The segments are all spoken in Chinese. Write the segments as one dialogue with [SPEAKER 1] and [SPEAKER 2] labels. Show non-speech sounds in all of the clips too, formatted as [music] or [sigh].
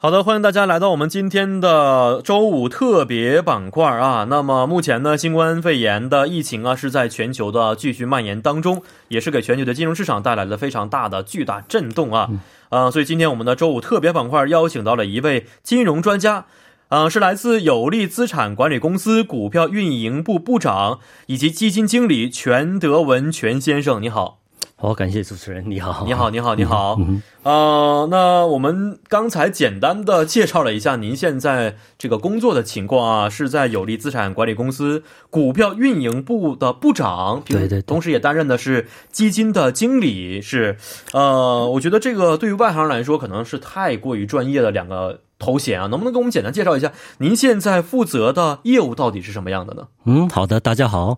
[SPEAKER 1] 好的，欢迎大家来到我们今天的周五特别板块啊。那么目前呢，新冠肺炎的疫情啊是在全球的继续蔓延当中，也是给全球的金融市场带来了非常大的巨大震动啊。呃，所以今天我们的周五特别板块邀请到了一位金融专家，呃，是来自有利资产管理公司股票运营部部长以及基金经理全德文全先生，你好。
[SPEAKER 2] 好，感谢主持人，你好，
[SPEAKER 1] 你好，你好，你好。
[SPEAKER 2] 嗯
[SPEAKER 1] 呃，那我们刚才简单的介绍了一下您现在这个工作的情况啊，是在有利资产管理公司股票运营部的部长，
[SPEAKER 2] 对对对
[SPEAKER 1] 同时也担任的是基金的经理。是，呃，我觉得这个对于外行人来说，可能是太过于专业的两个头衔啊。能不能给我们简单介绍一下您现在负责的业务到底是什么样的呢？
[SPEAKER 2] 嗯，好的，大家好，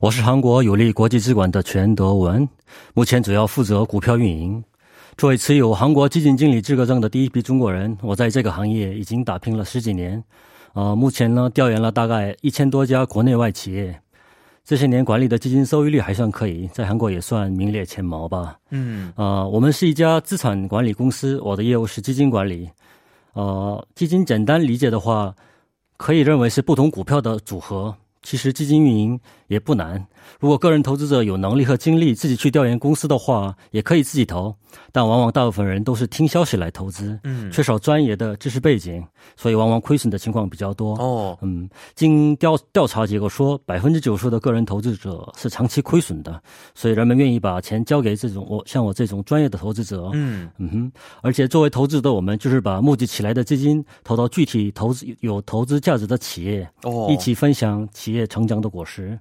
[SPEAKER 2] 我是韩国有利国际资管的全德文，目前主要负责股票运营。作为持有韩国基金经理资格证的第一批中国人，我在这个行业已经打拼了十几年。呃，目前呢，调研了大概一千多家国内外企业，这些年管理的基金收益率还算可以，在韩国也算名列前茅吧。
[SPEAKER 1] 嗯
[SPEAKER 2] 呃，我们是一家资产管理公司，我的业务是基金管理。呃，基金简单理解的话，可以认为是不同股票的组合。其实基金运营也不难，如果个人投资者有能力和精力自己去调研公司的话，也可以自己投。但往往大部分人都是听消息来投资，
[SPEAKER 1] 嗯，
[SPEAKER 2] 缺少专业的知识背景，所以往往亏损的情况比较多。
[SPEAKER 1] 哦，
[SPEAKER 2] 嗯，经调调查结果说，百分之九十的个人投资者是长期亏损的，所以人们愿意把钱交给这种我像我这种专业的投资者。
[SPEAKER 1] 嗯
[SPEAKER 2] 嗯哼，而且作为投资者，我们就是把募集起来的基金投到具体投资有投资价值的企业，
[SPEAKER 1] 哦，
[SPEAKER 2] 一起分享企业成长的果实。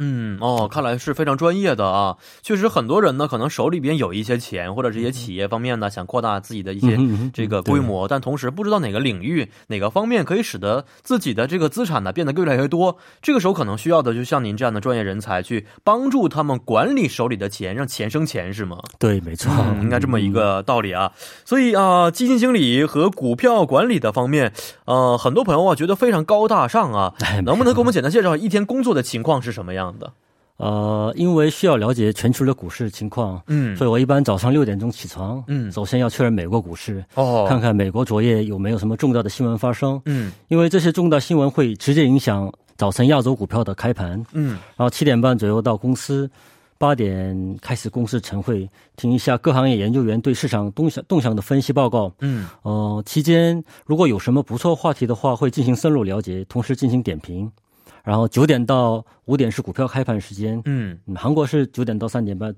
[SPEAKER 1] 嗯哦，看来是非常专业的啊。确实，很多人呢，可能手里边有一些钱，或者这些企业方面呢，想扩大自己的一些
[SPEAKER 2] 嗯哼
[SPEAKER 1] 这个规模，但同时不知道哪个领域、哪个方面可以使得自己的这个资产呢变得越来越多。这个时候可能需要的，就像您这样的专业人才去帮助他们管理手里的钱，让钱生钱，是吗？
[SPEAKER 2] 对，没错，
[SPEAKER 1] 嗯，应该这么一个道理啊。所以啊、基金经理和股票管理的方面，呃，很多朋友啊觉得非常高大上啊。
[SPEAKER 2] 哎。
[SPEAKER 1] 能不能给我们简单介绍一天工作的情况是什么样的？
[SPEAKER 2] 呃，因为需要了解全球的股市情况，
[SPEAKER 1] 嗯，
[SPEAKER 2] 所以我一般早上六点钟起床，
[SPEAKER 1] 嗯
[SPEAKER 2] 首先要确认美国股市，
[SPEAKER 1] 哦，
[SPEAKER 2] 看看美国昨夜有没有什么重大的新闻发生。
[SPEAKER 1] 嗯
[SPEAKER 2] 因为这些重大新闻会直接影响早晨亚洲股票的开盘。然
[SPEAKER 1] 嗯
[SPEAKER 2] 后七点半左右到公司，八点开始公司晨会，听一下各行业研究员对市场动向动向的分析报告。
[SPEAKER 1] 嗯
[SPEAKER 2] 呃，期间如果有什么不错话题的话，会进行深入了解，同时进行点评。然后九点到五点是股票开盘时间，
[SPEAKER 1] 嗯，
[SPEAKER 2] 嗯韩国是九点到三点半，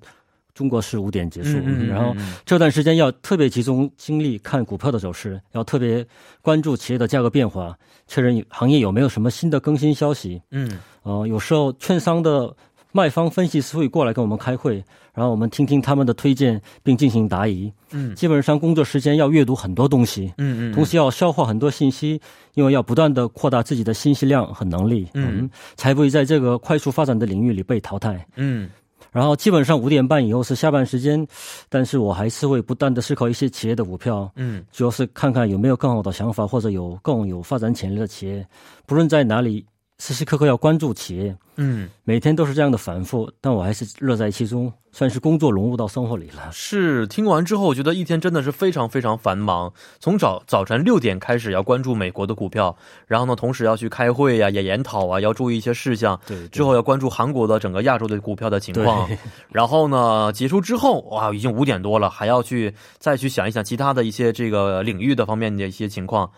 [SPEAKER 2] 中国是五点结束。
[SPEAKER 1] 嗯嗯嗯
[SPEAKER 2] 然后
[SPEAKER 1] 嗯嗯
[SPEAKER 2] 这段时间要特别集中精力看股票的走势，要特别关注企业的价格变化，确认行业有没有什么新的更新消息。
[SPEAKER 1] 嗯
[SPEAKER 2] 呃，有时候券商的卖方分析师会过来跟我们开会，然后我们听听他们的推荐，并进行答疑。
[SPEAKER 1] 嗯
[SPEAKER 2] 基本上工作时间要阅读很多东西。
[SPEAKER 1] 嗯嗯，
[SPEAKER 2] 同时要消化很多信息，因为要不断的扩大自己的信息量和能力，
[SPEAKER 1] 嗯，
[SPEAKER 2] 才不会在这个快速发展的领域里被淘汰。
[SPEAKER 1] 嗯
[SPEAKER 2] 然后基本上五点半以后是下班时间，但是我还是会不断的思考一些企业的股票，
[SPEAKER 1] 嗯
[SPEAKER 2] 主要是看看有没有更好的想法或者有更有发展潜力的企业。不论在哪里，时时刻刻要关注企业，
[SPEAKER 1] 嗯，
[SPEAKER 2] 每天都是这样的反复，但我还是乐在其中，算是工作融入到生活里了。
[SPEAKER 1] 是。听完之后，我觉得一天真的是非常非常繁忙。从早早晨六点开始要关注美国的股票，然后呢，同时要去开会呀、也研讨啊，要注意一些事项。
[SPEAKER 2] 对，
[SPEAKER 1] 之后要关注韩国的整个亚洲的股票的情况
[SPEAKER 2] 对，
[SPEAKER 1] 然后呢，结束之后哇，已经五点多了，还要去再去想一想其他的一些这个领域的方面的一些情况。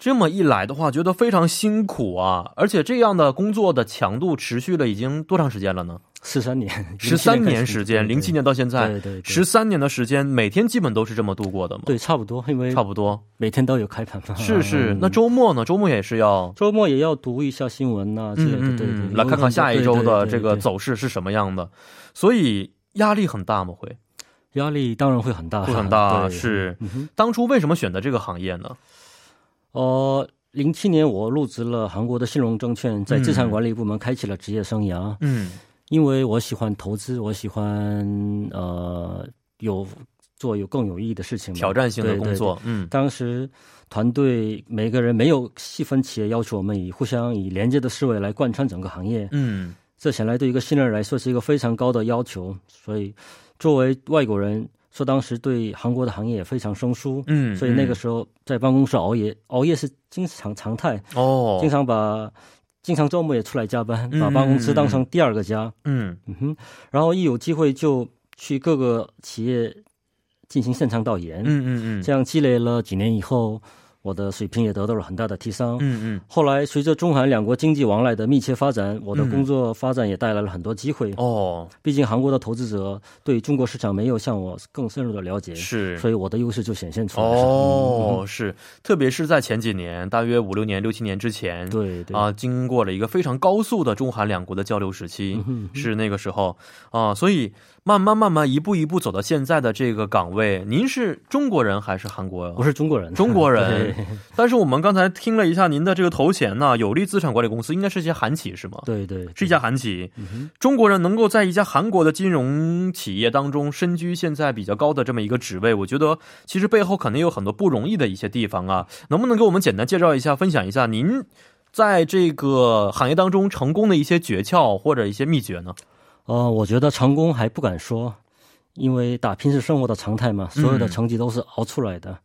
[SPEAKER 1] 这么一来的话，觉得非常辛苦啊！而且这样的工作的强度持续了已经多长时间了呢？
[SPEAKER 2] 十三年，
[SPEAKER 1] 十三年时间，零七年到现在，
[SPEAKER 2] 对对
[SPEAKER 1] 十
[SPEAKER 2] 对
[SPEAKER 1] 三年的时间，每天基本都是这么度过的嘛？，
[SPEAKER 2] 对，差不多，因为
[SPEAKER 1] 差不多。
[SPEAKER 2] [laughs] 每天都有开盘嘛。
[SPEAKER 1] 是是，
[SPEAKER 2] 嗯
[SPEAKER 1] 那周末呢？周末也是要，
[SPEAKER 2] 周末也要读一下新闻啊呐、之类的，
[SPEAKER 1] 嗯嗯
[SPEAKER 2] 对对
[SPEAKER 1] 嗯，
[SPEAKER 2] 对，
[SPEAKER 1] 来看看下一周的这个
[SPEAKER 2] 对对对对
[SPEAKER 1] 走势是什么样的。所以压力很大吗？会？
[SPEAKER 2] 压力当然会很大，
[SPEAKER 1] 会很大。
[SPEAKER 2] 啊对。
[SPEAKER 1] 是
[SPEAKER 2] 嗯哼
[SPEAKER 1] 当初为什么选择这个行业呢？
[SPEAKER 2] 呃，零七年我入职了韩国的信荣证券，在
[SPEAKER 1] 嗯
[SPEAKER 2] 资产管理部门开启了职业生涯。
[SPEAKER 1] 嗯
[SPEAKER 2] 因为我喜欢投资，我喜欢呃有做有更有意义的事情嘛，
[SPEAKER 1] 挑战性的
[SPEAKER 2] 对
[SPEAKER 1] 工。
[SPEAKER 2] 对对
[SPEAKER 1] 作，嗯
[SPEAKER 2] 当时团队每个人没有细分企业，要求我们以互相以连接的思维来贯穿整个行业。
[SPEAKER 1] 嗯
[SPEAKER 2] 这显然对一个新人来说是一个非常高的要求，所以作为外国人。说当时对韩国的行业也非常生疏，
[SPEAKER 1] 嗯，
[SPEAKER 2] 所以那个时候在办公室熬夜，熬夜是经常常态，
[SPEAKER 1] 嗯哦，
[SPEAKER 2] 经常把经常周末也出来加班，
[SPEAKER 1] 嗯
[SPEAKER 2] 把办公室当成第二个家，
[SPEAKER 1] 嗯
[SPEAKER 2] 嗯哼，然后一有机会就去各个企业进行现场导研，
[SPEAKER 1] 嗯嗯嗯，
[SPEAKER 2] 这样积累了几年以后，我的水平也得到了很大的提升。
[SPEAKER 1] 嗯嗯
[SPEAKER 2] 后来随着中韩两国经济往来的密切发展，我的工作发展也带来了很多机会。
[SPEAKER 1] 嗯哦，
[SPEAKER 2] 毕竟韩国的投资者对中国市场没有向我更深入的了解，
[SPEAKER 1] 是。
[SPEAKER 2] 所以嗯我的优势就显现出来了。
[SPEAKER 1] 哦，是，特别是在前几年，大约五六年、六七年之前，
[SPEAKER 2] 嗯，对对，
[SPEAKER 1] 啊，经过了一个非常高速的中韩两国的交流时
[SPEAKER 2] 嗯
[SPEAKER 1] 期，是那个时候啊，所以慢慢慢慢一步一步走到现在的这个岗位。您是中国人还是韩国？
[SPEAKER 2] 我是中国人，
[SPEAKER 1] [laughs] 中国
[SPEAKER 2] 对
[SPEAKER 1] 人。但是我们刚才听了一下您的这个头衔呢，有利资产管理公司应该是一家韩企是吗？
[SPEAKER 2] [laughs] 对对，
[SPEAKER 1] 是一家韩企，中国人能够在一家韩国的金融企业当中身居现在比较高的这么一个职位，我觉得其实背后肯定有很多不容易的一些地方啊。能不能给我们简单介绍一下，分享一下您在这个行业当中成功的一些诀窍或者一些秘诀呢？
[SPEAKER 2] 呃，我觉得成功还不敢说，因为打拼是生活的常态嘛，所
[SPEAKER 1] 嗯
[SPEAKER 2] 有的成绩都是熬出来的。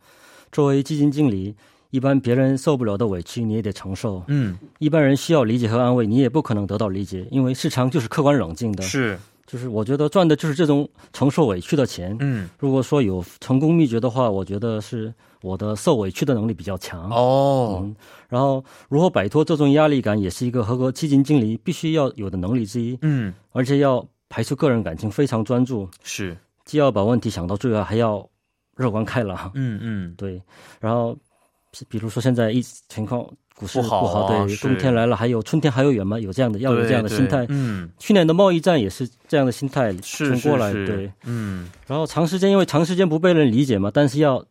[SPEAKER 2] 作为基金经理，一般别人受不了的委屈你也得承受，
[SPEAKER 1] 嗯，
[SPEAKER 2] 一般人需要理解和安慰，你也不可能得到理解，因为市场就是客观冷静的。
[SPEAKER 1] 是，
[SPEAKER 2] 就是我觉得赚的就是这种承受委屈的钱。
[SPEAKER 1] 嗯，
[SPEAKER 2] 如果说有成功秘诀的话，我觉得是我的受委屈的能力比较强。
[SPEAKER 1] 哦，
[SPEAKER 2] 嗯，然后如何摆脱这种压力感，也是一个合格基金经理必须要有的能力之一。
[SPEAKER 1] 嗯，
[SPEAKER 2] 而且要排除个人感情，非常专注，
[SPEAKER 1] 是，
[SPEAKER 2] 既要把问题想到最后，还要乐观开朗。
[SPEAKER 1] 嗯嗯，
[SPEAKER 2] 对，然后比比如说现在疫情况股市
[SPEAKER 1] 不好啊
[SPEAKER 2] 对，
[SPEAKER 1] 是
[SPEAKER 2] 冬天来了，还有春天还有远吗？有这样的，要有这样的
[SPEAKER 1] 对
[SPEAKER 2] 心态
[SPEAKER 1] 对。嗯，
[SPEAKER 2] 去年的贸易战也是这样的心态
[SPEAKER 1] 是
[SPEAKER 2] 冲
[SPEAKER 1] 是
[SPEAKER 2] 过来，
[SPEAKER 1] 是，
[SPEAKER 2] 对。，
[SPEAKER 1] 嗯，
[SPEAKER 2] 然后长时间因为长时间不被人理解嘛，但是要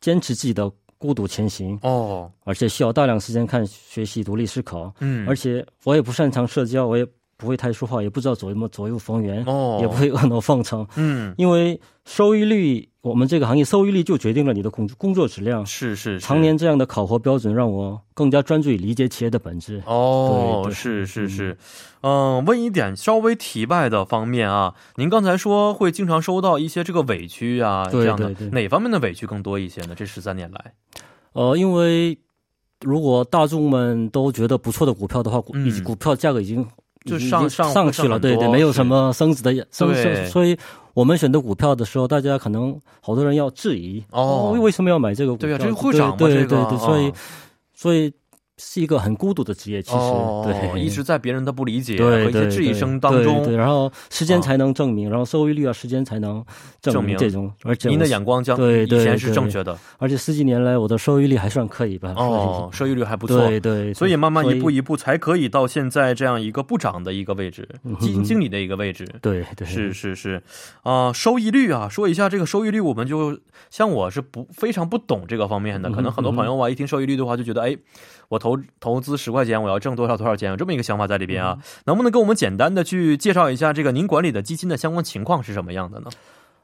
[SPEAKER 2] 坚持自己的孤独前行，
[SPEAKER 1] 哦，
[SPEAKER 2] 而且需要大量时间看学习、独立思考。
[SPEAKER 1] 嗯，
[SPEAKER 2] 而且我也不擅长社交，我也不会太说话，也不知道怎么左右逢源。
[SPEAKER 1] 哦，
[SPEAKER 2] 也不，会阿谀奉承，
[SPEAKER 1] 嗯，
[SPEAKER 2] 因为收益率，我们这个行业收益率就决定了你的工工作质量。
[SPEAKER 1] 是是，是
[SPEAKER 2] 常年这样的考核标准，让我更加专注于理解企业的本质。
[SPEAKER 1] 哦，
[SPEAKER 2] 对对
[SPEAKER 1] 是是是，嗯，问一点稍微题外的方面啊，您刚才说会经常收到一些这个委屈啊，
[SPEAKER 2] 对
[SPEAKER 1] 这样的
[SPEAKER 2] 对对
[SPEAKER 1] 哪方面的委屈更多一些呢？这十三年来，
[SPEAKER 2] 呃，因为如果大众们都觉得不错的股票的话，股
[SPEAKER 1] 嗯
[SPEAKER 2] 以及股票价格已经
[SPEAKER 1] 就
[SPEAKER 2] 已经
[SPEAKER 1] 上
[SPEAKER 2] 已经
[SPEAKER 1] 上
[SPEAKER 2] 上去
[SPEAKER 1] 上
[SPEAKER 2] 了，
[SPEAKER 1] 很
[SPEAKER 2] 对对，
[SPEAKER 1] 多
[SPEAKER 2] 没有
[SPEAKER 1] 是
[SPEAKER 2] 什么升值的升
[SPEAKER 1] 对
[SPEAKER 2] 升，所以我们选择股票的时候，大家可能好多人要质疑
[SPEAKER 1] 哦
[SPEAKER 2] 为什么要买这个股票？
[SPEAKER 1] 对啊呀这个会涨吗
[SPEAKER 2] 对
[SPEAKER 1] 这
[SPEAKER 2] 对
[SPEAKER 1] 个
[SPEAKER 2] 对对，所以
[SPEAKER 1] 哦
[SPEAKER 2] 所以是一个很孤独的职业，其实
[SPEAKER 1] 哦，
[SPEAKER 2] 对，
[SPEAKER 1] 一直在别人的不理解啊和
[SPEAKER 2] 对
[SPEAKER 1] 一些
[SPEAKER 2] 对
[SPEAKER 1] 质疑
[SPEAKER 2] 对
[SPEAKER 1] 声当
[SPEAKER 2] 对
[SPEAKER 1] 中，啊
[SPEAKER 2] 对然后时间才能证明，然后收益率啊，时间才能
[SPEAKER 1] 证
[SPEAKER 2] 证
[SPEAKER 1] 明
[SPEAKER 2] 明这种，而且
[SPEAKER 1] 您的
[SPEAKER 2] 我
[SPEAKER 1] 眼光将
[SPEAKER 2] 对
[SPEAKER 1] 以
[SPEAKER 2] 对
[SPEAKER 1] 前是
[SPEAKER 2] 对
[SPEAKER 1] 正确的
[SPEAKER 2] 而且十几年来我的收益率还算可以吧？
[SPEAKER 1] 哦，收益率还不
[SPEAKER 2] 所
[SPEAKER 1] 错
[SPEAKER 2] 以，。对对，
[SPEAKER 1] 所以慢慢一步
[SPEAKER 2] 一
[SPEAKER 1] 一步才可以到现在这样一个部长的一个位置，基金经理的一个位置。
[SPEAKER 2] 对嗯对
[SPEAKER 1] 是是是，啊、收益率啊，说一下这个收益率，我们就像我是不非常不懂这个方面的，
[SPEAKER 2] 嗯
[SPEAKER 1] 可能很多朋友啊，一听收益率的话就觉得，哎，我投投资十块钱，我要挣多少多少钱，有这么一个想法在里
[SPEAKER 2] 嗯
[SPEAKER 1] 边啊。能不能给我们简单的去介绍一下这个您管理的基金的相关情况是什么样的呢？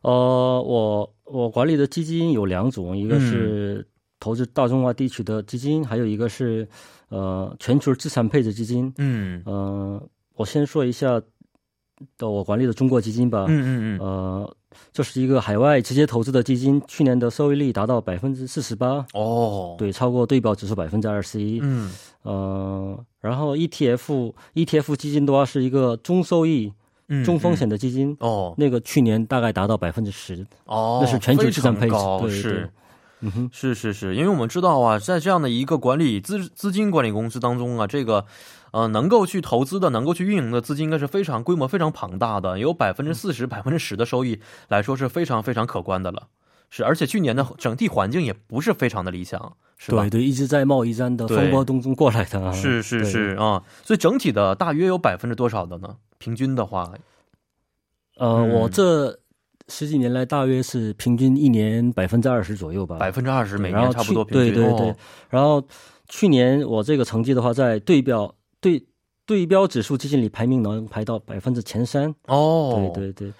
[SPEAKER 2] 呃，我我管理的基金有两种，一
[SPEAKER 1] 嗯
[SPEAKER 2] 个是投资大中华地区的基金，还有一个是呃全球资产配置基金。
[SPEAKER 1] 嗯
[SPEAKER 2] 呃，我先说一下的我管理的中国基金吧。
[SPEAKER 1] 嗯嗯嗯，
[SPEAKER 2] 呃，这是一个海外直接投资的基金，去年的收益率达到百分之四十八，
[SPEAKER 1] 哦，，
[SPEAKER 2] 对，超过对标指数百分之二十一。
[SPEAKER 1] 嗯
[SPEAKER 2] 呃，然后 ETF ETF 基金的话是一个中收益、
[SPEAKER 1] 嗯，
[SPEAKER 2] 中风
[SPEAKER 1] 嗯。
[SPEAKER 2] 险的基金，
[SPEAKER 1] 哦
[SPEAKER 2] 那个去年大概达到百分之十。
[SPEAKER 1] 哦，
[SPEAKER 2] 那是全球
[SPEAKER 1] 非
[SPEAKER 2] 市场
[SPEAKER 1] 常
[SPEAKER 2] 配置
[SPEAKER 1] 高
[SPEAKER 2] 对
[SPEAKER 1] 是
[SPEAKER 2] 对嗯哼，
[SPEAKER 1] 是是是，因为我们知道啊，在这样的一个管理资资金管理公司当中啊，这个呃能够去投资的、能够去运营的资金，应该是非常规模非常庞大的，有百分之四十、百分之十的收益来说是非常非常可观的了。是，而且去年的整体环境也不是非常的理
[SPEAKER 2] 啊
[SPEAKER 1] 想，是吧
[SPEAKER 2] 对？对，一直在贸易战的
[SPEAKER 1] 对
[SPEAKER 2] 风波当中过来的啊。
[SPEAKER 1] 是是
[SPEAKER 2] 对，
[SPEAKER 1] 是啊、所以整体的大约有百分之多少的呢？平均的话，
[SPEAKER 2] 呃，
[SPEAKER 1] 嗯
[SPEAKER 2] 我这十几年来大约是平均一年百分之二十左右吧。
[SPEAKER 1] 百分之二十每
[SPEAKER 2] 然
[SPEAKER 1] 年
[SPEAKER 2] 后
[SPEAKER 1] 差不
[SPEAKER 2] 去
[SPEAKER 1] 多平均。
[SPEAKER 2] 对对对、
[SPEAKER 1] 哦、
[SPEAKER 2] 然后去年我这个成绩的话，在对标对对标指数基金里排名能排到百分之前三。
[SPEAKER 1] 哦，
[SPEAKER 2] 对对对，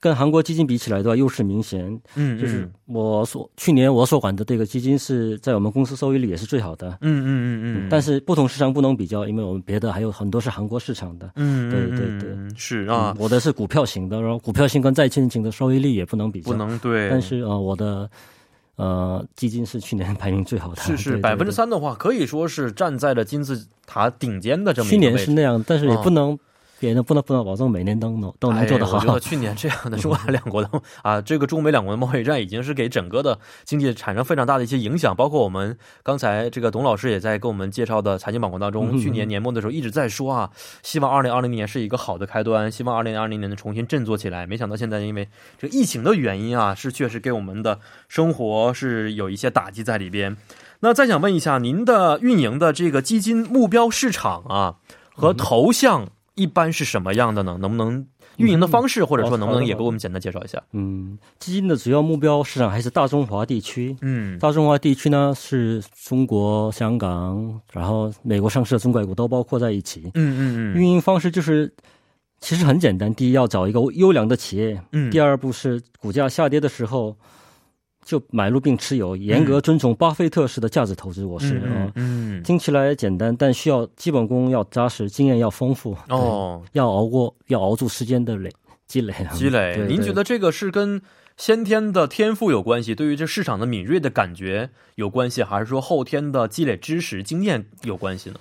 [SPEAKER 2] 跟韩国基金比起来的话，优势明显。
[SPEAKER 1] 嗯，
[SPEAKER 2] 就是我所去年我所管的这个基金是在我们公司收益率也是最好的，
[SPEAKER 1] 嗯嗯嗯嗯，
[SPEAKER 2] 但是不同市场不能比较，因为我们别的还有很多是韩国市场的。
[SPEAKER 1] 嗯，
[SPEAKER 2] 对对
[SPEAKER 1] 嗯
[SPEAKER 2] 对
[SPEAKER 1] 嗯嗯是啊，
[SPEAKER 2] 嗯我的是股票型的，然后股票型跟债券型的收益率也不能比较。
[SPEAKER 1] 不能对，
[SPEAKER 2] 但是呃，我的呃基金是去年排名最好的，
[SPEAKER 1] 是是
[SPEAKER 2] 对
[SPEAKER 1] 百分之。三的话，可以说是站在了金字塔顶尖的这
[SPEAKER 2] 对
[SPEAKER 1] 么
[SPEAKER 2] 对
[SPEAKER 1] 一
[SPEAKER 2] 去
[SPEAKER 1] 个
[SPEAKER 2] 年
[SPEAKER 1] 位置
[SPEAKER 2] 是那样，但是也
[SPEAKER 1] 啊
[SPEAKER 2] 不能，别人不能不能保证每年都能都能做得好
[SPEAKER 1] 哎。我觉得去年这样的中韩两国的啊，这个中美两国的贸易战已经是给整个的经济产生非常大的一些影响，包括我们刚才这个董老师也在给我们介绍的财经板块当中，
[SPEAKER 2] 嗯
[SPEAKER 1] 去年年末的时候一直在说啊，希望二零二零年是一个好的开端，希望二零二零年能重新振作起来。没想到现在因为这个疫情的原因啊，是确实给我们的生活是有一些打击在里边。那再想问一下，您的运营的这个基金目标市场啊和
[SPEAKER 2] 嗯
[SPEAKER 1] 投向一般是什么样的呢？能不能运营的方式，或者说能不能也给我们简单介绍一下？
[SPEAKER 2] [laughs] 嗯，基金的主要目标市场还是大中华地区。
[SPEAKER 1] 嗯
[SPEAKER 2] 大中华地区呢是中国、香港，然后美国上市的中概股都包括在一起。
[SPEAKER 1] 嗯嗯
[SPEAKER 2] 运营方式就是，其实很简单，第一要找一个优良的企业，
[SPEAKER 1] 嗯，
[SPEAKER 2] 第
[SPEAKER 1] 二
[SPEAKER 2] 二步是股价下跌的时候就买入并持有，严格遵从巴菲特式的价值投资模式啊
[SPEAKER 1] 嗯。嗯
[SPEAKER 2] 听起来简单，但需要基本功要扎实，经验要丰富，
[SPEAKER 1] 哦，
[SPEAKER 2] 对，要熬过，要熬住时间的累积累啊。
[SPEAKER 1] 积累，
[SPEAKER 2] 对
[SPEAKER 1] 您
[SPEAKER 2] 对
[SPEAKER 1] 觉得这个是跟先天的天赋有关系，对于这市场的敏锐的感觉有关系，还是说后天的积累知识经验有关系呢？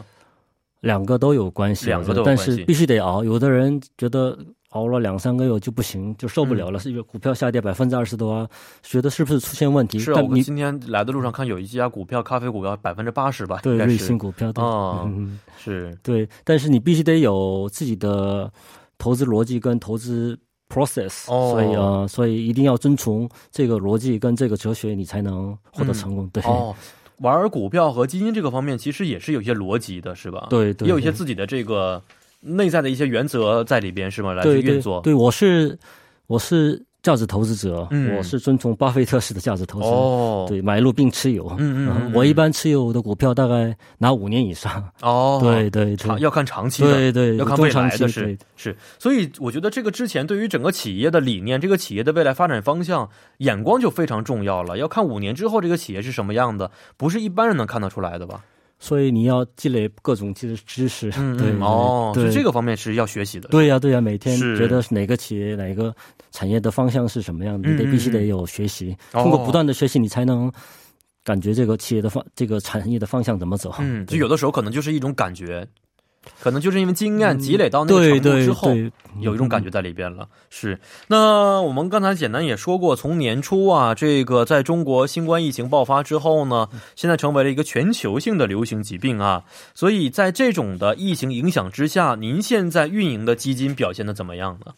[SPEAKER 2] 两个都有关系，
[SPEAKER 1] 两个都有
[SPEAKER 2] 我觉得
[SPEAKER 1] 关系
[SPEAKER 2] 但是必须得熬。有的人觉得熬了两三个月就不行，就受不
[SPEAKER 1] 嗯
[SPEAKER 2] 了了，是因为股票下跌百分之二十多啊，觉得是不是出现问题？
[SPEAKER 1] 是啊，
[SPEAKER 2] 但
[SPEAKER 1] 我
[SPEAKER 2] 你
[SPEAKER 1] 今天来的路上看有一家股票，咖啡股票百分之八十吧，
[SPEAKER 2] [laughs] 对
[SPEAKER 1] 应该
[SPEAKER 2] 瑞
[SPEAKER 1] 是
[SPEAKER 2] 信股票对，
[SPEAKER 1] 哦
[SPEAKER 2] 嗯
[SPEAKER 1] 是，
[SPEAKER 2] 对，但是你必须得有自己的投资逻辑跟投资 process，、
[SPEAKER 1] 哦
[SPEAKER 2] 所以呃，所以一定要遵从这个逻辑跟这个哲学，你才能获得成功。对、
[SPEAKER 1] 哦，玩股票和基金这个方面，其实也是有一些逻辑的，是吧？，
[SPEAKER 2] [laughs] 对对，
[SPEAKER 1] 也有一些自己的这个内在的一些原则在里边，是吗？来去
[SPEAKER 2] 对
[SPEAKER 1] 运
[SPEAKER 2] 对
[SPEAKER 1] 作。
[SPEAKER 2] 对，我是我是价值投资者，
[SPEAKER 1] 嗯
[SPEAKER 2] 我是遵从巴菲特式的价值投资，
[SPEAKER 1] 哦，，
[SPEAKER 2] 对，买入并持有。
[SPEAKER 1] 嗯嗯嗯
[SPEAKER 2] 然后我一般持有的股票大概拿五年以上，
[SPEAKER 1] 哦，
[SPEAKER 2] 对对
[SPEAKER 1] 长
[SPEAKER 2] 对，
[SPEAKER 1] 要看长期的。
[SPEAKER 2] 对对，
[SPEAKER 1] 要看
[SPEAKER 2] 中
[SPEAKER 1] 未来
[SPEAKER 2] 长期
[SPEAKER 1] 的是
[SPEAKER 2] 对
[SPEAKER 1] 是，所以我觉得这个之前对于整个企业的理念，这个企业的未来发展方向，眼光就非常重要了。要看五年之后这个企业是什么样的，不是一般人能看得出来的吧？
[SPEAKER 2] 所以你要积累各种知知识，
[SPEAKER 1] 嗯，
[SPEAKER 2] [laughs] 对
[SPEAKER 1] 嗯哦，
[SPEAKER 2] 对
[SPEAKER 1] 是这个方面是要学习的。
[SPEAKER 2] 对呀、对呀、每天
[SPEAKER 1] 是
[SPEAKER 2] 觉得是哪个企业、哪个产业的方向是什么样的，你
[SPEAKER 1] 嗯嗯
[SPEAKER 2] 得必须
[SPEAKER 1] 嗯
[SPEAKER 2] 得有学习，
[SPEAKER 1] 哦
[SPEAKER 2] 通过不断的学习，你才能感觉这个企业的方、这个产业的方向怎么走。
[SPEAKER 1] 嗯，就
[SPEAKER 2] 对
[SPEAKER 1] 有的时候可能就是一种感觉，可能就是因为经验积累到那个
[SPEAKER 2] 嗯对
[SPEAKER 1] 程度
[SPEAKER 2] 对
[SPEAKER 1] 之后，
[SPEAKER 2] 对，嗯
[SPEAKER 1] 有一种感觉在里边了。是，那我们刚才简单也说过，从年初啊，这个在中国新冠疫情爆发之后呢，
[SPEAKER 2] 嗯
[SPEAKER 1] 现在成为了一个全球性的流行疾病啊。所以在这种的疫情影响之下，您现在运营的基金表现的怎么样呢？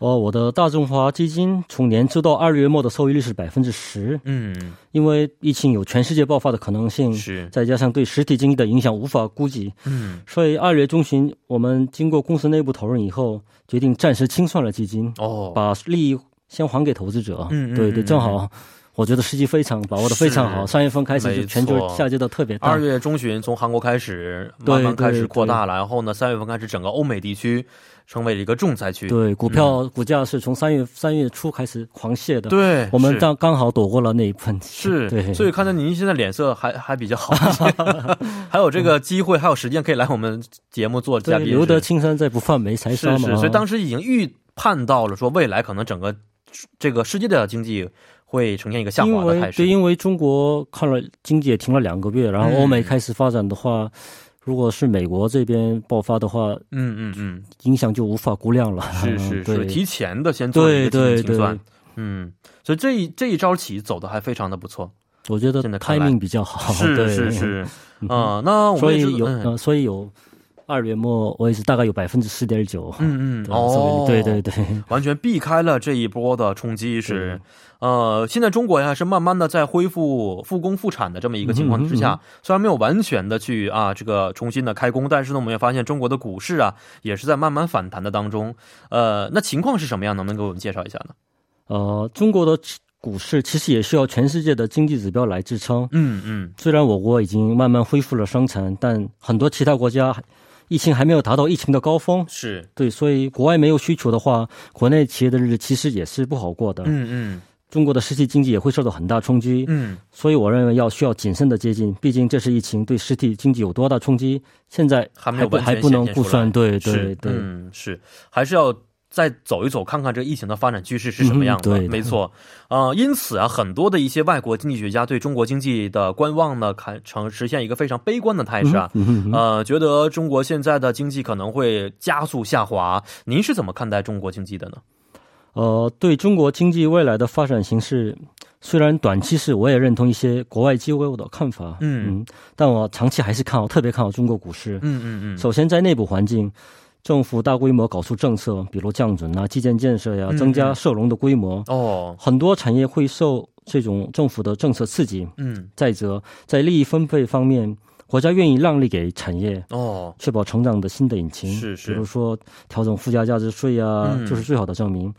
[SPEAKER 2] 哦，我的大中华基金从年初到二月末的收益率是百分之十，
[SPEAKER 1] 嗯，
[SPEAKER 2] 因为疫情有全世界爆发的可能性，
[SPEAKER 1] 是，
[SPEAKER 2] 再加上对实体经济的影响无法估计，
[SPEAKER 1] 嗯，
[SPEAKER 2] 所以二月中旬我们经过公司内部讨论以后，决定暂时清算了基金，
[SPEAKER 1] 哦，
[SPEAKER 2] 把利益先还给投资者。
[SPEAKER 1] 嗯嗯
[SPEAKER 2] 对对，
[SPEAKER 1] 嗯
[SPEAKER 2] 正好，我觉得时机非常把握的非常好。
[SPEAKER 1] 是
[SPEAKER 2] 三月份开始
[SPEAKER 1] 没
[SPEAKER 2] 就全
[SPEAKER 1] 错
[SPEAKER 2] 球下跌的特别大
[SPEAKER 1] 二。月中旬从韩国开始，
[SPEAKER 2] 嗯对
[SPEAKER 1] 慢慢开始
[SPEAKER 2] 对
[SPEAKER 1] 扩大了，然后呢，三月份开始整个欧美地区成为了一个重灾区。
[SPEAKER 2] 对，股票、股价是从三月三月初开始狂泻的。，
[SPEAKER 1] 对，
[SPEAKER 2] 我们
[SPEAKER 1] 是
[SPEAKER 2] 刚刚好躲过了那一喷。
[SPEAKER 1] 是，
[SPEAKER 2] [laughs] 对，
[SPEAKER 1] 所以看到您现在脸色还还比较好一
[SPEAKER 2] [laughs]
[SPEAKER 1] 些， [laughs] 还有这个机会，还有时间可以来我们节目做嘉
[SPEAKER 2] 对
[SPEAKER 1] 宾。
[SPEAKER 2] 留得
[SPEAKER 1] 是
[SPEAKER 2] 青山在，不怕没柴烧
[SPEAKER 1] 是
[SPEAKER 2] 嘛。啊
[SPEAKER 1] 是，所以当时已经预判到了，说未来可能整个这个世界的经济会呈现一个下滑
[SPEAKER 2] 因
[SPEAKER 1] 的
[SPEAKER 2] 为
[SPEAKER 1] 态
[SPEAKER 2] 对，
[SPEAKER 1] 势。
[SPEAKER 2] 因为中国看了经济也停了两个月，然后
[SPEAKER 1] 嗯
[SPEAKER 2] 欧美开始发展的话。如果是美国这边爆发的话，
[SPEAKER 1] 嗯嗯嗯，
[SPEAKER 2] 影响就无法估量了。
[SPEAKER 1] [laughs] 是
[SPEAKER 2] [laughs]
[SPEAKER 1] 是是，
[SPEAKER 2] 嗯对
[SPEAKER 1] 提前的先做一个经
[SPEAKER 2] 对
[SPEAKER 1] 济
[SPEAKER 2] 对
[SPEAKER 1] 清算
[SPEAKER 2] 对。
[SPEAKER 1] 嗯，所以这一这一招棋走的还非常的不错。
[SPEAKER 2] 我觉得
[SPEAKER 1] 现在看来
[SPEAKER 2] timing 比较好。
[SPEAKER 1] 是
[SPEAKER 2] 对嗯
[SPEAKER 1] 是是，啊，那我们
[SPEAKER 2] 所
[SPEAKER 1] 也
[SPEAKER 2] 以
[SPEAKER 1] 知
[SPEAKER 2] 有、
[SPEAKER 1] 嗯
[SPEAKER 2] 呃，所以有二月末我也是大概有百分之四点九。
[SPEAKER 1] 嗯嗯
[SPEAKER 2] 对
[SPEAKER 1] 哦，
[SPEAKER 2] 所以对对 [laughs] 对，
[SPEAKER 1] 完全避开了这一波的冲击是，呃，现在中国呀是慢慢的在恢复复工复产的这么一个情况之下，
[SPEAKER 2] 嗯
[SPEAKER 1] 虽然没有完全的去啊这个重新的开工，但是呢，我们也发现中国的股市啊也是在慢慢反弹的当中。呃，那情况是什么样？能不能给我们介绍一下呢？
[SPEAKER 2] 呃，中国的股市其实也需要全世界的经济指标来支撑。
[SPEAKER 1] 嗯嗯，
[SPEAKER 2] 虽然我国已经慢慢恢复了生产，但很多其他国家疫情还没有达到疫情的高峰，
[SPEAKER 1] 是，
[SPEAKER 2] 对，所以国外没有需求的话，国内企业的日子其实也是不好过的。
[SPEAKER 1] 嗯
[SPEAKER 2] 中国的实体经济也会受到很大冲击
[SPEAKER 1] 嗯。嗯，
[SPEAKER 2] 所以我认为要需要谨慎的接近，毕竟这是疫情对实体经济有多大冲击，现在
[SPEAKER 1] 还没
[SPEAKER 2] 还
[SPEAKER 1] 有
[SPEAKER 2] 不
[SPEAKER 1] 完全
[SPEAKER 2] 还不能估算，
[SPEAKER 1] 显现出
[SPEAKER 2] 对
[SPEAKER 1] 来
[SPEAKER 2] 对
[SPEAKER 1] 是
[SPEAKER 2] 对、
[SPEAKER 1] 嗯是，还是要。再走一走，看看这个疫情的发展趋势是什么样
[SPEAKER 2] 嗯
[SPEAKER 1] 的。
[SPEAKER 2] 对
[SPEAKER 1] 没错，呃，因此啊，很多的一些外国经济学家对中国经济的观望呢，看成实现一个非常悲观的态势啊。
[SPEAKER 2] 嗯哼哼
[SPEAKER 1] 呃，觉得中国现在的经济可能会加速下滑。您是怎么看待中国经济的呢？
[SPEAKER 2] 呃，对中国经济未来的发展形势，虽然短期是我也认同一些国外机构的看法，
[SPEAKER 1] 嗯
[SPEAKER 2] 但我长期还是看好，特别看好中国股市。
[SPEAKER 1] 嗯嗯嗯，
[SPEAKER 2] 首先，在内部环境，政府大规模搞出政策，比如降准啊、基建建设呀、
[SPEAKER 1] 嗯
[SPEAKER 2] 增加
[SPEAKER 1] 嗯
[SPEAKER 2] 社融的规模，
[SPEAKER 1] 哦，
[SPEAKER 2] 很多产业会受这种政府的政策刺激。
[SPEAKER 1] 嗯，
[SPEAKER 2] 再者，在利益分配方面，国家愿意让利给产业。
[SPEAKER 1] 哦，
[SPEAKER 2] 确保成长的新的引擎，
[SPEAKER 1] 是是
[SPEAKER 2] 比如说调整附加价值税啊，
[SPEAKER 1] 嗯
[SPEAKER 2] 就是最好的证明。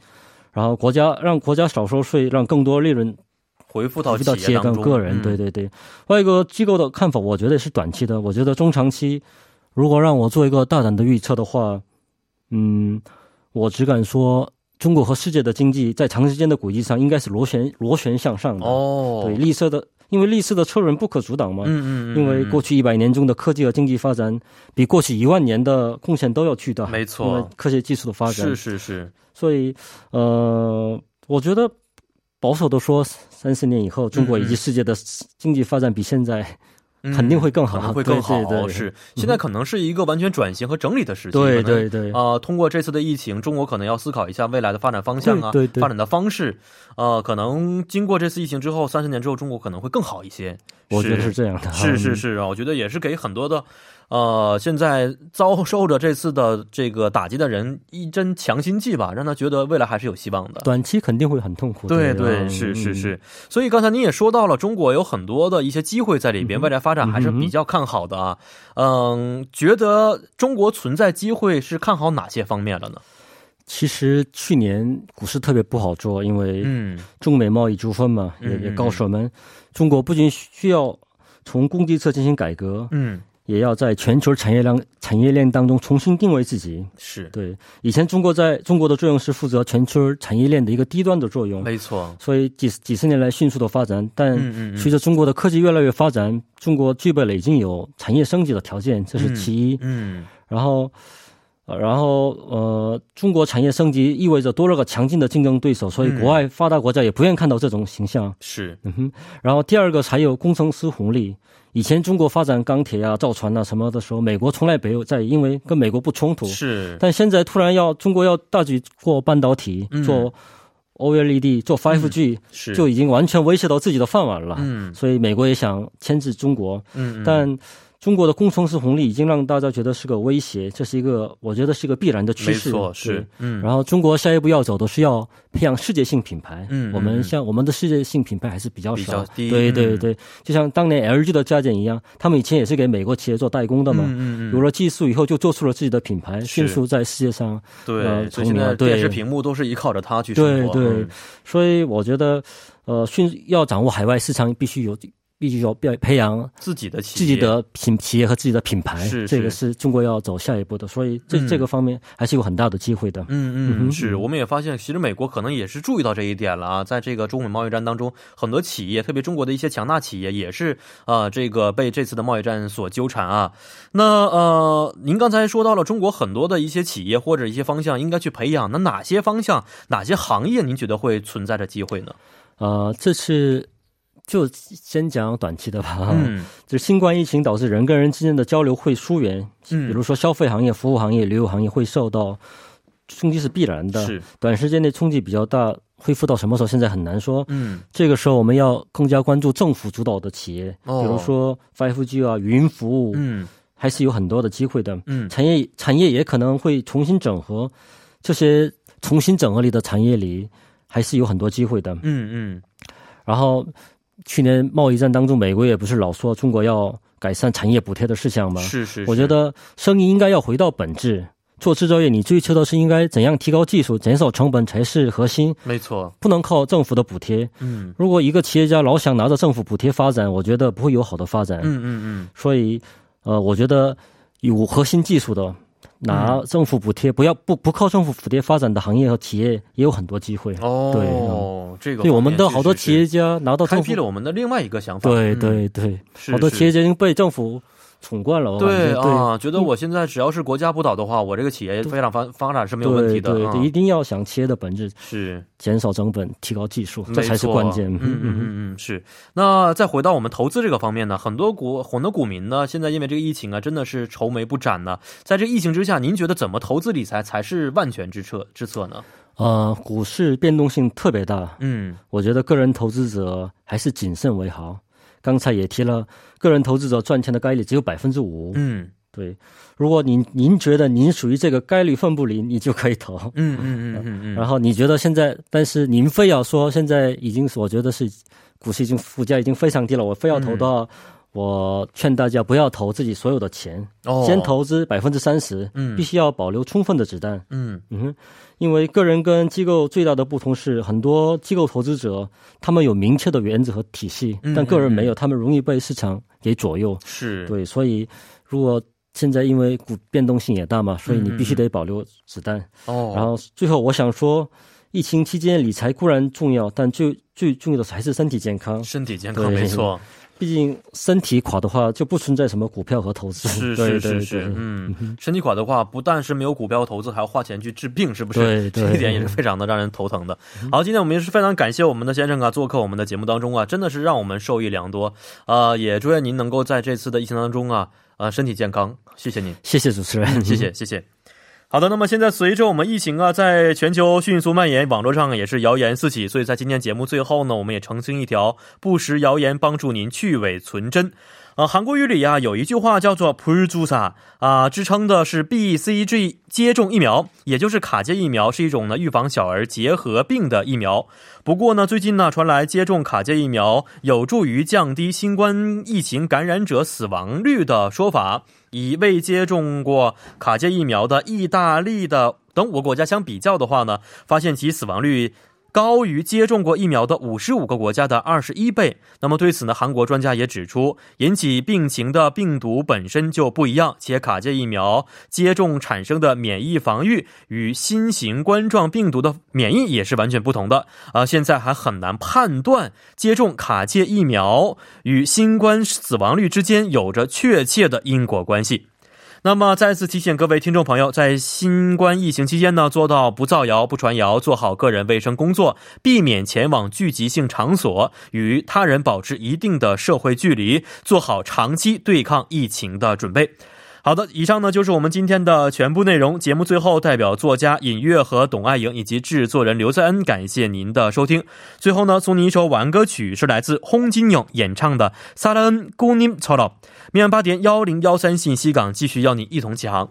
[SPEAKER 2] 然后国家让国家少收税，让更多利润
[SPEAKER 1] 回复到
[SPEAKER 2] 回到
[SPEAKER 1] 企
[SPEAKER 2] 企
[SPEAKER 1] 业
[SPEAKER 2] 业
[SPEAKER 1] 当中，
[SPEAKER 2] 跟个人。
[SPEAKER 1] 嗯
[SPEAKER 2] 对，对对，外国机构的看法，我觉得是短期的。我觉得中长期，如果让我做一个大胆的预测的话，嗯，我只敢说，中国和世界的经济在长时间的轨迹上应该是螺旋螺旋向上的。
[SPEAKER 1] 哦，
[SPEAKER 2] 对，历史的，因为历史的车轮不可阻挡嘛。
[SPEAKER 1] 嗯嗯嗯，
[SPEAKER 2] 因为过
[SPEAKER 1] 去
[SPEAKER 2] 去一百年中的科技和经济发展，比过去一万年的贡献都要巨大。
[SPEAKER 1] 没错
[SPEAKER 2] 因为科学技术的发展，
[SPEAKER 1] 嗯是是是，
[SPEAKER 2] 所以呃，我觉得保守的说，三十年以后，中国以及世界的经济发展比现在
[SPEAKER 1] 嗯
[SPEAKER 2] 肯定会更好 [laughs]
[SPEAKER 1] 可能会更好。
[SPEAKER 2] 对对对
[SPEAKER 1] 是，现在可能是一个完全转型和整理的时期。
[SPEAKER 2] 对
[SPEAKER 1] 可能
[SPEAKER 2] 对对
[SPEAKER 1] 啊、通过这次的疫情，中国可能要思考一下未来的发展方向啊，
[SPEAKER 2] 对对对
[SPEAKER 1] 发展的方式。呃，可能经过这次疫情之后，三十年之后，中国可能会更好一些。
[SPEAKER 2] 我觉得是这样的。
[SPEAKER 1] 是是
[SPEAKER 2] 嗯，
[SPEAKER 1] 是啊，我觉得也是给很多的，呃，现在遭受着这次的这个打击的人一针强心剂吧，让他觉得未来还是有希望的。
[SPEAKER 2] 短期肯定会很痛苦。
[SPEAKER 1] 对对，
[SPEAKER 2] 嗯
[SPEAKER 1] 是是
[SPEAKER 2] 嗯
[SPEAKER 1] 是。所以刚才您也说到了，中国有很多的一些机会在里
[SPEAKER 2] 嗯
[SPEAKER 1] 边，未来发展还是比较看好的啊。嗯，觉得中国存在机会是看好哪些方面了呢？
[SPEAKER 2] 其实去年股市特别不好做，因为
[SPEAKER 1] 嗯，
[SPEAKER 2] 中美贸易纠纷嘛，也
[SPEAKER 1] 嗯嗯
[SPEAKER 2] 也告诉我们，中国不仅需要从供给侧进行改革，
[SPEAKER 1] 嗯，
[SPEAKER 2] 也要在全球产业链产业链当中重新定位自己。
[SPEAKER 1] 是，
[SPEAKER 2] 对，以前中国在中国的作用是负责全球产业链的一个低端的作用，
[SPEAKER 1] 没错。
[SPEAKER 2] 所以几几十年来迅速的发展。但
[SPEAKER 1] 嗯嗯
[SPEAKER 2] 随着中国的科技越来越发展，中国具备了已经有产业升级的条件，这是其一。
[SPEAKER 1] 嗯，
[SPEAKER 2] 然后，呃然后呃，中国产业升级意味着多了个强劲的竞争对手，所以
[SPEAKER 1] 嗯
[SPEAKER 2] 国外发达国家也不愿看到这种形象。
[SPEAKER 1] 是，
[SPEAKER 2] 嗯哼，然后第二个才有工程师红利。以前中国发展钢铁啊、造船啊什么的时候，美国从来没有在意，因为跟美国不冲突。
[SPEAKER 1] 是，
[SPEAKER 2] 但现在突然要中国要大举做半导体、
[SPEAKER 1] 嗯
[SPEAKER 2] 做 OLED、做 5G，、
[SPEAKER 1] 是，
[SPEAKER 2] 就已经完全威胁到自己的饭碗了。
[SPEAKER 1] 嗯
[SPEAKER 2] 所以美国也想牵制中国，
[SPEAKER 1] 嗯，嗯
[SPEAKER 2] 但中国的工程师红利已经让大家觉得是个威胁，这是一个我觉得是一个必然的趋
[SPEAKER 1] 没
[SPEAKER 2] 势。
[SPEAKER 1] 错，
[SPEAKER 2] 对
[SPEAKER 1] 是，嗯，
[SPEAKER 2] 然后中国下一步要走的是要培养世界性品牌。
[SPEAKER 1] 嗯嗯
[SPEAKER 2] 我
[SPEAKER 1] 嗯
[SPEAKER 2] 们像我们的世界性品牌还是比较少，
[SPEAKER 1] 比较低
[SPEAKER 2] 对对
[SPEAKER 1] 嗯
[SPEAKER 2] 对，就像当年 LG 的家电一样，他们以前也是给美国企业做代工的嘛。
[SPEAKER 1] 嗯嗯
[SPEAKER 2] 有
[SPEAKER 1] 嗯，
[SPEAKER 2] 了技术以后，就做出了自己的品牌，迅速在世界上。
[SPEAKER 1] 对，
[SPEAKER 2] 呃
[SPEAKER 1] 所
[SPEAKER 2] 从
[SPEAKER 1] 以现
[SPEAKER 2] 你
[SPEAKER 1] 在
[SPEAKER 2] 啊对
[SPEAKER 1] 电视屏幕都是依靠着它去生活。
[SPEAKER 2] 对对
[SPEAKER 1] 嗯
[SPEAKER 2] 所以我觉得，呃，迅要掌握海外市场，必须有必须要培培养
[SPEAKER 1] 自己的企
[SPEAKER 2] 自己的品企业和自己的品牌，
[SPEAKER 1] 是
[SPEAKER 2] 这个
[SPEAKER 1] 是
[SPEAKER 2] 是中国要走下一步的。所以这、
[SPEAKER 1] 嗯
[SPEAKER 2] 这个方面还是有很大的机会的。嗯
[SPEAKER 1] 嗯嗯，
[SPEAKER 2] 哼
[SPEAKER 1] 是我们也发现，其实美国可能也是注意到这一点了啊，在这个中美贸易战当中，很多企业，特别中国的一些强大企业，也是啊、呃这个被这次的贸易战所纠缠啊。那呃，您刚才说到了中国很多的一些企业或者一些方向应该去培养，那哪些方向、哪些行业您觉得会存在着机会呢？
[SPEAKER 2] 呃，这次就先讲短期的吧。
[SPEAKER 1] 嗯
[SPEAKER 2] 就是新冠疫情导致人跟人之间的交流会疏远，比
[SPEAKER 1] 嗯，
[SPEAKER 2] 如说消费行业、服务行业、旅游行业会受到冲击是必然的。
[SPEAKER 1] 是
[SPEAKER 2] 短时间内冲击比较大，恢复到什么时候现在很难说。
[SPEAKER 1] 嗯
[SPEAKER 2] 这个时候我们要更加关注政府主导的企业，
[SPEAKER 1] 哦
[SPEAKER 2] 比如说 5G 啊、云服务，
[SPEAKER 1] 嗯
[SPEAKER 2] 还是有很多的机会的。
[SPEAKER 1] 嗯
[SPEAKER 2] 产业产业也可能会重新整合，这些重新整合里的产业里还是有很多机会的。
[SPEAKER 1] 嗯嗯，
[SPEAKER 2] 然后去年贸易战当中，美国也不是老说中国要改善产业补贴的事项吗？
[SPEAKER 1] 是是，
[SPEAKER 2] 我觉
[SPEAKER 1] 是
[SPEAKER 2] 得生意应该要回到本质。做制造业，你追求的是应该怎样提高技术、减少成本才是核心，
[SPEAKER 1] 没错，
[SPEAKER 2] 不能靠政府的补贴。
[SPEAKER 1] 嗯
[SPEAKER 2] 如果一个企业家老想拿着政府补贴发展，我觉得不会有好的发展。
[SPEAKER 1] 嗯嗯嗯，
[SPEAKER 2] 所以，呃，我觉得有核心技术的，拿政府补贴，不要不不靠政府补贴发展的行业和企业也有很多机会。
[SPEAKER 1] 哦，
[SPEAKER 2] 对嗯
[SPEAKER 1] 这个
[SPEAKER 2] 对，我们的好多企业
[SPEAKER 1] 是是
[SPEAKER 2] 家拿到
[SPEAKER 1] 是开
[SPEAKER 2] 政
[SPEAKER 1] 辟
[SPEAKER 2] 府，
[SPEAKER 1] 了我们的另外一个想法，
[SPEAKER 2] 对
[SPEAKER 1] 嗯，
[SPEAKER 2] 对对，
[SPEAKER 1] 是
[SPEAKER 2] 好多
[SPEAKER 1] 是
[SPEAKER 2] 企业家已经被政府宠惯了。我感
[SPEAKER 1] 对
[SPEAKER 2] 觉
[SPEAKER 1] 啊，觉
[SPEAKER 2] 嗯
[SPEAKER 1] 得我现在只要是国家不倒的话，我这个企业非常发发展是没有问题
[SPEAKER 2] 对对
[SPEAKER 1] 的，
[SPEAKER 2] 对
[SPEAKER 1] 啊
[SPEAKER 2] 对，一定要想企业的本质，
[SPEAKER 1] 是
[SPEAKER 2] 减少成本，提高技术，这
[SPEAKER 1] 没
[SPEAKER 2] 才是
[SPEAKER 1] 错
[SPEAKER 2] 关键。
[SPEAKER 1] 嗯嗯嗯嗯，是。那再回到我们投资这个方面呢，很多股很多股民呢，现在因为这个疫情啊，真的是愁眉不展呢。在这疫情之下，您觉得怎么投资理财才是万全之策之策呢？
[SPEAKER 2] 呃，股市变动性特别大，
[SPEAKER 1] 嗯，
[SPEAKER 2] 我觉得个人投资者还是谨慎为好。刚才也提了，个人投资者赚钱的概率只有百分之五。
[SPEAKER 1] 嗯
[SPEAKER 2] 对，如果您您觉得您属于这个概率分布里，你就可以投。
[SPEAKER 1] 嗯嗯嗯嗯
[SPEAKER 2] 然后你觉得现在，但是您非要说现在已经是，我觉得是股市已经股价已经非常低了，我非要投的
[SPEAKER 1] 嗯
[SPEAKER 2] 话，我劝大家不要投自己所有的钱，
[SPEAKER 1] 嗯，哦，
[SPEAKER 2] 先，投资百分之三十，
[SPEAKER 1] 嗯
[SPEAKER 2] 必须要保留充分的子弹。
[SPEAKER 1] 嗯
[SPEAKER 2] 嗯哼，因为个人跟机构最大的不同是，很多机构投资者他们有明确的原则和体系
[SPEAKER 1] 嗯，
[SPEAKER 2] 但个人没有，他们容易被市场给左右。
[SPEAKER 1] 是，
[SPEAKER 2] 对，所以如果现在因为股变动性也大嘛，所以你
[SPEAKER 1] 嗯
[SPEAKER 2] 必须得保留子弹。
[SPEAKER 1] 哦，
[SPEAKER 2] 然后最后我想说，疫情期间理财固然重要，但最最重要的还是身体健康。
[SPEAKER 1] 身体健康
[SPEAKER 2] 对
[SPEAKER 1] 没错，
[SPEAKER 2] 毕竟身体垮的话，就不存在什么股票和投资。
[SPEAKER 1] [laughs] 是是
[SPEAKER 2] 对对
[SPEAKER 1] 是
[SPEAKER 2] 对
[SPEAKER 1] 是，嗯，身体垮的话，不但是没有股票投资，还要花钱去治病，是不是？
[SPEAKER 2] 对对
[SPEAKER 1] [laughs] 这一点也是非常的让人头疼的。好，今天我们也是非常感谢我们的先生啊，做客我们的节目当中啊，真的是让我们受益良多。呃，也祝愿您能够在这次的疫情当中啊，呃，身体健康，谢谢您。
[SPEAKER 2] 谢谢主持人，
[SPEAKER 1] [laughs] 谢谢谢谢。好的，那么现在随着我们疫情啊，在全球迅速蔓延，网络上也是谣言四起，所以在今天节目最后呢，我们也澄清一条不实谣言，帮助您去伪存真。呃，韩国语里啊有一句话叫做 p r j u s a 啊，支撑的是 B C G 接种疫苗，也就是卡介疫苗，是一种呢预防小儿结核病的疫苗。不过呢，最近呢传来接种卡介疫苗有助于降低新冠疫情感染者死亡率的说法，以未接种过卡介疫苗的意大利的等五个国家相比较的话呢，发现其死亡率。高于接种过疫苗的五十五个国家的二十一倍。那么对此呢，韩国专家也指出，引起病情的病毒本身就不一样，且卡介疫苗接种产生的免疫防御与新型冠状病毒的免疫也是完全不同的。啊，现在还很难判断接种卡介疫苗与新冠死亡率之间有着确切的因果关系。那么，再次提醒各位听众朋友，在新冠疫情期间呢，做到不造谣、不传谣，做好个人卫生工作，避免前往聚集性场所，与他人保持一定的社会距离，做好长期对抗疫情的准备。好的，以上呢就是我们今天的全部内容。节目最后，代表作家尹月和董爱颖以及制作人刘在恩，感谢您的收听。最后呢，送您一首晚安歌曲，是来自홍진영演唱的《사랑은꿈님처럼》。明晚八点幺零幺三信息港继续要你一同起航。